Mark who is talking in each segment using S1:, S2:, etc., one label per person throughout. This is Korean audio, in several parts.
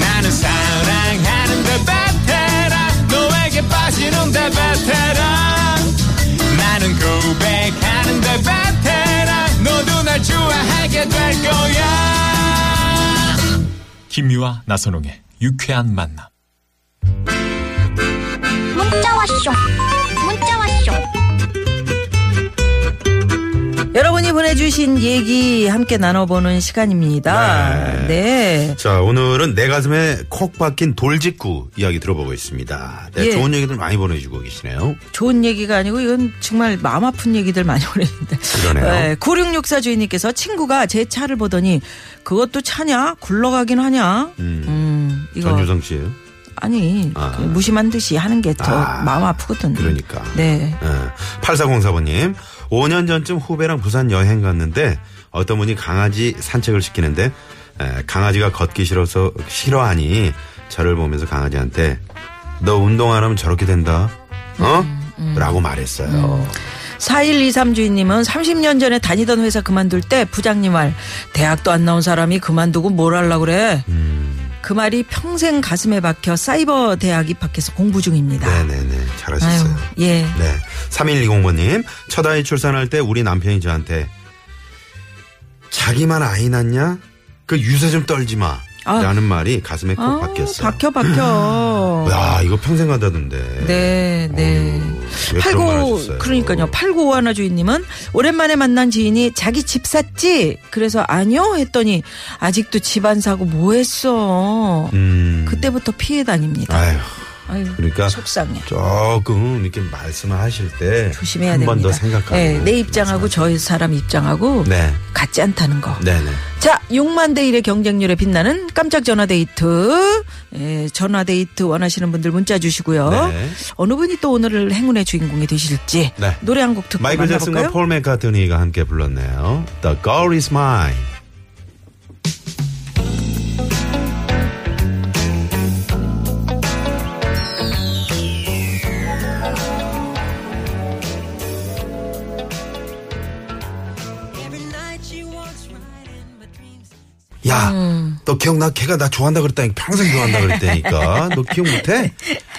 S1: 나는 사랑하는데 베테랑 너에게 빠지는데 베테랑 나는 고백하는데 베테랑 너도 날 좋아하게 될 거야
S2: 김미화 나선홍의 유쾌한 만남.
S3: 문자 왔쇼 문자 왔쇼
S4: 여러분이 보내주신 얘기 함께 나눠보는 시간입니다. 네.
S5: 자, 오늘은 내 가슴에 콕 박힌 돌직구 이야기 들어보고 있습니다. 네,
S4: 예.
S5: 좋은 얘기들 많이 보내주고 계시네요.
S4: 좋은 얘기가 아니고 이건 정말 마음 아픈 얘기들 많이 보내는데.
S5: 그러네요.
S4: 9664 주인님께서 친구가 제 차를 보더니 그것도 차냐? 굴러가긴 하냐? 음. 이거.
S5: 전유성 씨예요
S4: 아니, 그 무심한 듯이 하는 게 더
S5: 아,
S4: 마음 아프거든.
S5: 그러니까.
S4: 네.
S5: 8404번님, 5년 전쯤 후배랑 부산 여행 갔는데 어떤 분이 강아지 산책을 시키는데 에, 강아지가 걷기 싫어서 싫어하니 저를 보면서 강아지한테 너 운동 안 하면 저렇게 된다. 어?
S4: 음,
S5: 라고 말했어요.
S4: 4123 주인님은 30년 전에 다니던 회사 그만둘 때 부장님 말 대학도 안 나온 사람이 그만두고 뭘 하려고 그래.
S5: 음.
S4: 그 말이 평생 가슴에 박혀 사이버 대학 입학해서 공부 중입니다.
S5: 네네네. 잘하셨어요.
S4: 아유, 예.
S5: 네. 3120번님, 첫 아이 출산할 때 우리 남편이 저한테 자기만 아이 낳냐? 그 유세 좀 떨지 마.
S4: 아.
S5: 라는 말이 가슴에 콕
S4: 아,
S5: 박혔어요.
S4: 박혀 박혀.
S5: 야, 이거 평생 간다던데.
S4: 네, 네.
S5: 어휴, 왜 그런 말
S4: 팔고
S5: 하셨어요?
S4: 그러니까요. 팔고 하나 주인님은 오랜만에 만난 지인이 자기 집 샀지. 그래서 아니요 했더니 아직도 집안 사고 뭐 했어.
S5: 음.
S4: 그때부터 피해 다닙니다.
S5: 아휴.
S4: 아유,
S5: 그러니까
S4: 속상해.
S5: 조금 이렇게 말씀을 하실 때
S4: 조심해야
S5: 한
S4: 됩니다.
S5: 번 더 생각하고
S4: 네, 내 입장하고
S5: 말씀하세요.
S4: 저의 사람 입장하고
S5: 네.
S4: 같지 않다는 거.
S5: 네, 네.
S4: 자, 6만 대 1의 경쟁률에 빛나는 깜짝 전화 데이트. 예, 전화 데이트 원하시는 분들 문자 주시고요.
S5: 네.
S4: 어느 분이 또 오늘 행운의 주인공이 되실지
S5: 네.
S4: 노래 한 곡 듣고
S5: 마이클 잭슨과
S4: 만나볼까요?
S5: 폴 맥카트니가 함께 불렀네요. The Girl Is Mine. 야,
S4: 음.
S5: 너 기억나? 걔가 나 좋아한다 그랬다니 평생 좋아한다 그랬다니까. 너 기억 못해?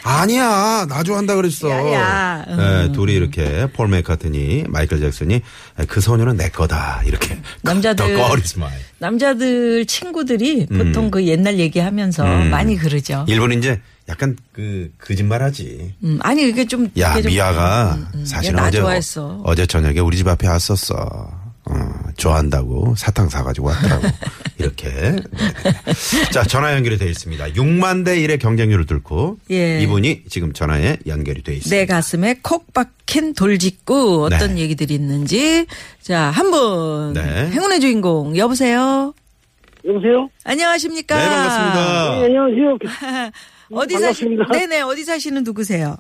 S5: 아니야, 나 좋아한다 그랬어.
S4: 야, 야.
S5: 네, 둘이 이렇게 폴 맥카트니, 마이클 잭슨이 그 소녀는 내 거다
S4: 네.
S5: 이렇게.
S4: 남자들.
S5: The girl is mine.
S4: 남자들 친구들이 보통 그 옛날 얘기하면서 많이 그러죠.
S5: 음. 일본 이제 약간 그 거짓말하지.
S4: 음, 아니 이게 좀
S5: 야,
S4: 이게 좀-
S5: 미아가
S4: 음, 음.
S5: 사실
S4: 얘나
S5: 어제
S4: 좋아했어.
S5: 어제 저녁에 우리 집 앞에 왔었어. 어, 좋아한다고 사탕 사가지고 왔더라고. 이렇게. 네네. 자, 전화 연결이 되어 있습니다. 6만 대 1의 경쟁률을 뚫고
S4: 예. 네,
S5: 이분이 지금 전화에 연결이 되어 있습니다.
S4: 내 가슴에 콕 박힌 돌직구 어떤
S5: 네.
S4: 얘기들이 있는지 자 한 분
S5: 네.
S4: 행운의 주인공 여보세요
S6: 여보세요?
S4: 안녕하십니까
S5: 네, 반갑습니다.
S6: 네, 안녕하세요.
S4: 어디 사시
S6: 반갑습니다.
S4: 네네 어디 사시는 누구세요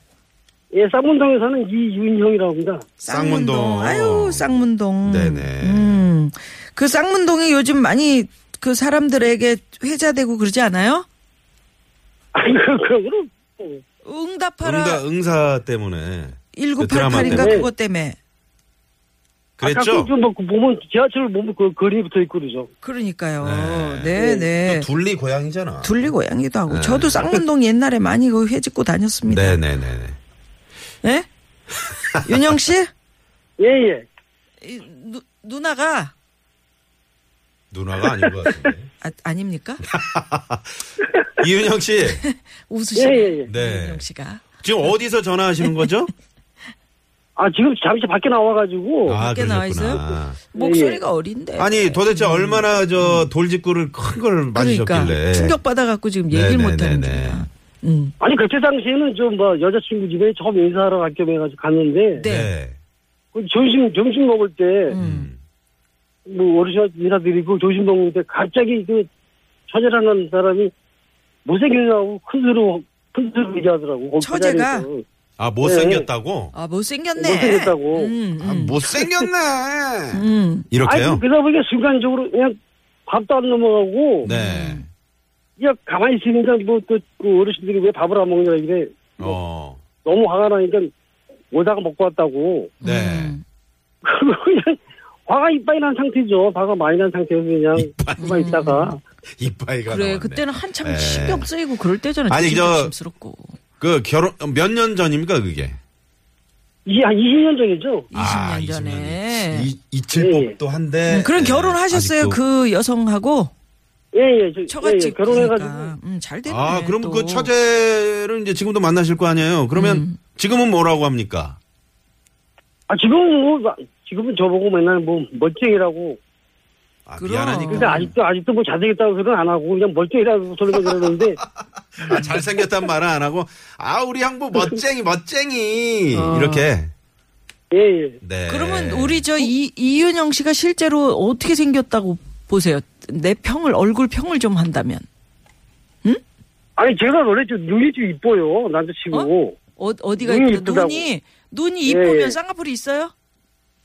S6: 예, 쌍문동에 사는 이윤형이라고 합니다.
S5: 쌍문동.
S4: 아유 쌍문동
S5: 네네.
S4: 음그 쌍문동이 요즘 많이 그 사람들에게 회자되고 그러지 않아요
S6: 아, 그, 그럼, 그럼.
S4: 응답하라
S5: 응사, 응사 때문에. 그 드라마
S4: 1988인가
S5: 때문에.
S4: 그것 때문에
S5: 그랬죠?
S6: 가끔 뭐, 그 보면, 지하철 보면 그 거리에 붙어 있고 그러죠.
S4: 그러니까요
S5: 네.
S4: 네네
S6: 어,
S5: 또 둘리 고향이잖아.
S4: 둘리 고양이도 하고 저도 쌍문동 옛날에 많이 그 회짓고 다녔습니다.
S5: 네. 네네네.
S4: 예? 윤영 씨
S6: 예, 예.
S4: 이, 누, 누나가
S5: 누나가 아닌 것 같은데.
S4: 아, 아닙니까?
S5: 이윤영 씨.
S4: 웃으시네.
S6: 예, 예, 예.
S5: 네.
S4: 윤영 씨가
S5: 지금 어디서 전화하시는 거죠?
S6: 아, 지금 잠시 밖에 나와가지고.
S5: 아,
S4: 어, 밖에 나와
S5: 그러셨구나.
S6: 예.
S4: 목소리가 어린데.
S5: 아니 도대체 얼마나 저 돌직구를 큰 걸
S4: 그러니까
S5: 맞으셨길래
S4: 충격 받아갖고 지금 얘기를
S5: 네네네네.
S4: 못하는 중이야. 음.
S6: 아니, 그때 당시에는 좀, 뭐, 여자친구 집에 처음 인사하러 갈 겸 해가지고 갔는데.
S4: 네.
S5: 네.
S6: 그 점심, 점심 먹을 때,
S5: 음.
S6: 뭐, 어르신 인사드리고 점심 먹을 때 갑자기 그, 처제라는 사람이 못생긴다고 큰 소리로, 큰 소리로 얘기하더라고. 거기
S4: 처제가?
S6: 그 자리에서.
S5: 아, 못생겼다고?
S4: 아, 못생겼네.
S6: 못생겼다고.
S4: 음,
S5: 아, 못생겼네! 이렇게요?
S6: 아니 그러다 보니까 순간적으로 그냥 밥도 안 넘어가고
S5: 네.
S4: 음.
S6: 야 가만히 있으니까 뭐그 그 어르신들이 왜 밥을 안 먹냐 이래
S5: 어.
S6: 너무 화가 나니까 오다가 먹고 왔다고
S5: 네.
S4: 음.
S6: 그리고 그냥 화가 이빨이 난 상태죠 화가 많이 난 상태에서 그냥 가만 있다가
S5: 이빨이가.
S4: 그래,
S5: 나왔네.
S4: 그때는 한참
S5: 네.
S4: 신경 쓰이고 그럴 때잖아.
S5: 아니,
S4: 진짜
S5: 저-
S4: 심스럽고.
S5: 그 결혼, 몇 년 전입니까, 그게? 아,
S6: 이게 한 20년 전이죠
S4: 20년 전에.
S5: 이, 잊힐
S6: 예, 예.
S5: 법도 한데.
S4: 음, 그럼
S5: 예,
S4: 결혼하셨어요?
S5: 아직도.
S4: 그 여성하고
S6: 예예
S4: 처갓집
S6: 결혼해가지고
S4: 그러니까. 음, 잘 됐네.
S5: 아, 그럼
S4: 또. 음.
S5: 그 처제를 이제 지금도 만나실 거 아니에요? 그러면 지금은 뭐라고 합니까?
S6: 아 지금은 뭐 지금은 저보고 맨날 뭐 멀쩡이라고
S5: 아,
S4: 그럼.
S5: 미안하니까.
S6: 근데 아직도 아직도 뭐 잘생겼다고 소리는 안 하고 그냥 멀쩡이라고 소리만 그러는데
S5: 아, 잘생겼단 말은 안 하고, 아, 우리 형부 멋쟁이, 멋쟁이.
S4: 어.
S5: 이렇게.
S6: 예예
S5: 네.
S4: 그러면 우리
S6: 어?
S4: 저 이, 이윤영 씨가 실제로 어떻게 생겼다고 보세요? 내 평을 얼굴 평을 좀 한다면
S6: 아니 제가 원래 좀 눈이 좀 이뻐요 남자친구
S4: 어, 어디가
S6: 눈이
S4: 이쁘다?
S6: 이쁘다고.
S4: 눈이 눈이 이쁘면
S6: 예.
S4: 쌍꺼풀이 있어요?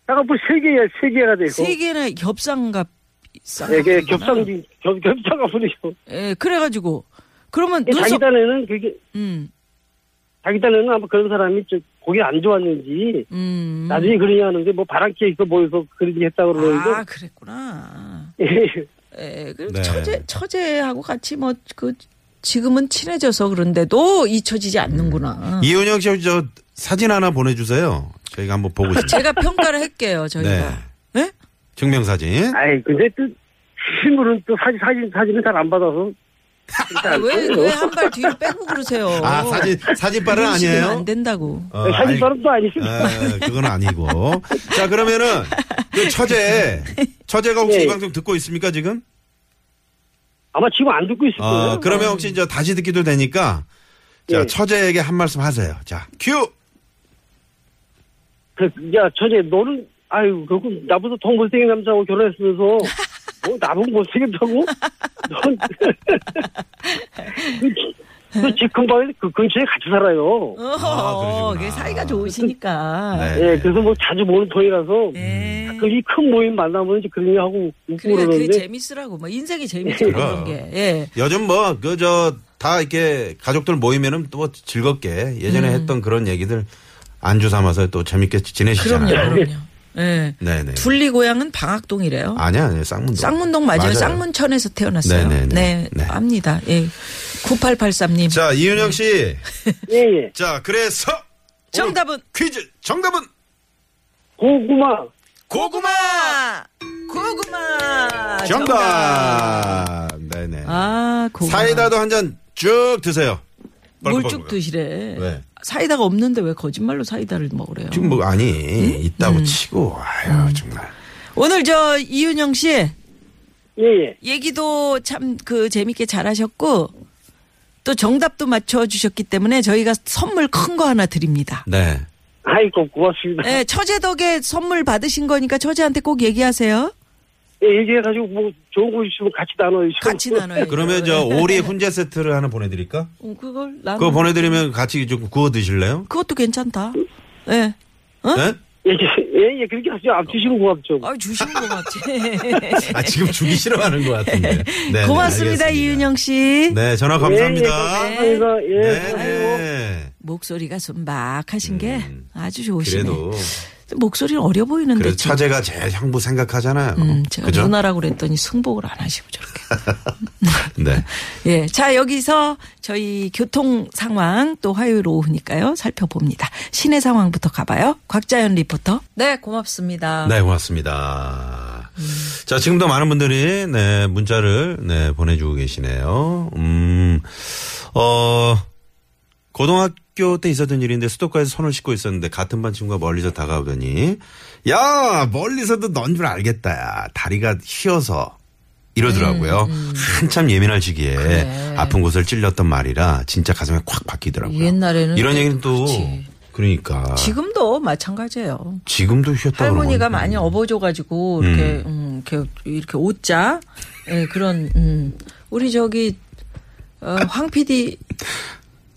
S6: 약간 뭐세 개야 세 개가 되고
S4: 세 개는 겹상갑
S6: 예,
S4: 쌍꺼풀.
S6: 이게 겹상 겹 겹상가 보네요.
S4: 예, 그래가지고 그러면
S6: 예, 자기
S4: 눈썹
S6: 딴에는 그게
S4: 음.
S6: 자기 딴에는 아마 그런 사람이 좀 보기 안 좋았는지
S4: 음.
S6: 나중에 그러냐 하는데 뭐 바람기에 있어 보여서 그러지 했다고 그러는데
S4: 아, 그랬구나.
S6: 예.
S4: 예, 그래서
S5: 네.
S4: 처제 처제하고 같이 뭐 그 지금은 친해져서 그런데도 잊혀지지 않는구나.
S5: 이은영 씨, 저 사진 하나 보내주세요. 저희가 한번 보고 싶어요.
S4: 제가 평가를 할게요,
S5: 네.
S4: 저희가. 예?
S5: 증명사진.
S6: 아이 근데 또 실물은 또 사진 사진 사진은 잘 안 받아서
S4: 아, 왜, 왜 한 발 뒤로 빼고 그러세요?
S5: 아, 사진, 사진빨은
S4: 이런 식이면
S5: 아니에요?
S4: 안 된다고.
S5: 어,
S6: 네, 사진
S5: 알-
S6: 바람도 아니고
S5: 에, 그건 아니고. 자, 그러면은, 그 처제,
S4: 네.
S5: 처제가 혹시
S6: 예.
S5: 이 방송 듣고 있습니까, 지금?
S6: 아마 지금 안 듣고 있을 거예요.
S5: 어,
S4: 네.
S5: 그러면 혹시 이제 다시 듣기도 되니까, 자,
S6: 예.
S5: 처제에게 한 말씀 하세요. 자, 큐!
S6: 그, 야 저제 너는 아유 그거 나보다 더 못생긴 남자하고 결혼했으면서 뭐 나보고 못생겼다고? 넌 그, 집 근방에 그 근처에 같이 살아요.
S4: 어,
S5: 그러시구나.
S4: 그게 사이가 좋으시니까.
S5: 네.
S6: 예, 그래서 뭐 자주 모는 통이라서
S4: 예.
S6: 그 이 큰 모임 만나면 이제 그런 하고 웃고
S4: 그러니까 그래, 그게
S6: 그러는데
S4: 재밌으라고. 뭐, 인생이 재밌죠, 그런 게. 예.
S5: 요즘 뭐, 그, 저, 다 이렇게 가족들 모이면은 또 즐겁게 예전에
S4: 음.
S5: 했던 그런 얘기들 안주 삼아서 또 재밌게
S4: 그럼요,
S5: 지내시잖아요.
S4: 그럼요. 예.
S5: 네네.
S4: 둘리 고향은 방학동이래요.
S5: 아니야, 아니야, 쌍문동.
S4: 쌍문동 맞아요.
S5: 맞아요.
S4: 쌍문천에서 태어났어요.
S5: 네, 네, 네. 네.
S4: 압니다. 예. 9883님.
S5: 자, 이윤영 씨.
S6: 예예
S5: 자, 그래서. 오늘
S4: 정답은?
S5: 퀴즈. 정답은?
S6: 고구마
S5: 고구마!
S4: 고구마!
S5: 정답. 네네.
S4: 아, 고구마.
S5: 사이다도 한 잔 쭉 드세요.
S4: 물쭉
S5: 벌컥벌컥.
S4: 드시래.
S5: 네.
S4: 사이다가 없는데 왜 거짓말로 사이다를 먹으래요?
S5: 지금 뭐,
S4: 음?
S5: 아니, 있다고 치고, 아유, 정말.
S4: 오늘 저 이윤영 씨
S6: 예예
S4: 얘기도 참 그 재밌게 잘하셨고 또 정답도 맞춰주셨기 때문에 저희가 선물 큰 거 하나 드립니다.
S5: 네.
S6: 아이고 고맙습니다.
S4: 네, 처제 덕에 선물 받으신 거니까 처제한테 꼭 얘기하세요.
S6: 예, 얘기해가지고 뭐 좋은 거 있으면 같이 나눠요.
S4: 같이 나눠요.
S5: 어, 네, 그러면 저
S4: 네.
S5: 오리 훈제 세트를 하나 보내드릴까?
S4: 아, 그걸 나
S5: 그거 보내드리면 같이 좀 구워 드실래요?
S4: 그것도 괜찮다. 예. 네.
S5: 네?
S6: 예예 예, 그렇게 하시죠. 앞 주시면 고맙죠.
S4: 아 주시는 거 같지.
S5: 아, 지금 주기 싫어하는 것 같은데. 네,
S4: 고맙습니다
S5: 네, 알겠습니다.
S4: 이윤영 씨.
S5: 네, 전화 감사합니다.
S6: 예, 예, 감사합니다. 예.
S5: 네,
S6: 아이고.
S5: 네.
S4: 목소리가 순박하신 게
S5: 음,
S4: 아주 좋으시네.
S5: 그래도,
S4: 목소리는 어려 보이는데.
S5: 그래도
S4: 지금.
S5: 처제가 제일 형부 생각하잖아요.
S4: 음, 제가
S5: 그죠?
S4: 누나라고 그랬더니 승복을 안 하시고 저렇게.
S5: 네.
S4: 예. 자, 여기서 저희 교통 상황 또 화요일 오후니까요. 살펴봅니다. 시내 상황부터 가봐요. 곽자연 리포터. 네, 고맙습니다.
S5: 네, 고맙습니다. 자, 지금도 많은 분들이, 네, 문자를, 네, 보내주고 계시네요. 음, 어, 고등학교 때 있었던 일인데 수도가에서 손을 씻고 있었는데 같은 반 친구가 멀리서 다가오더니, 야, 멀리서도 넌 줄 알겠다. 야. 다리가 휘어서. 이러더라고요.
S4: 음,
S5: 한참 예민할 시기에 아픈 곳을 찔렸던 말이라 진짜 가슴에 콱 박히더라고요.
S4: 옛날에는
S5: 이런 얘기는 또
S4: 그렇지.
S5: 그러니까
S4: 지금도 마찬가지예요.
S5: 지금도 휘었다
S4: 할머니가
S5: 그러거든요.
S4: 많이 업어줘가지고 이렇게 음, 이렇게 이렇게 옷자 예, 그런 음. 우리 저기 어, 황 PD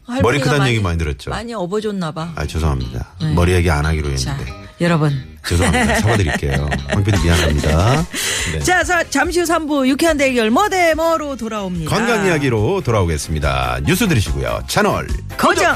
S4: 할머니가
S5: 머리 크다는 얘기 많이 들었죠?
S4: 많이 업어줬나 봐.
S5: 아, 죄송합니다.
S4: 네.
S5: 머리 얘기 안 하기로
S4: 자,
S5: 했는데.
S4: 여러분.
S5: 죄송합니다. 사과드릴게요. 황PD 미안합니다. 네.
S4: 자, 자, 잠시 후 3부 유쾌한 대결 뭐대 뭐로 돌아옵니다.
S5: 건강 이야기로 돌아오겠습니다. 뉴스 들으시고요. 채널
S4: 거정.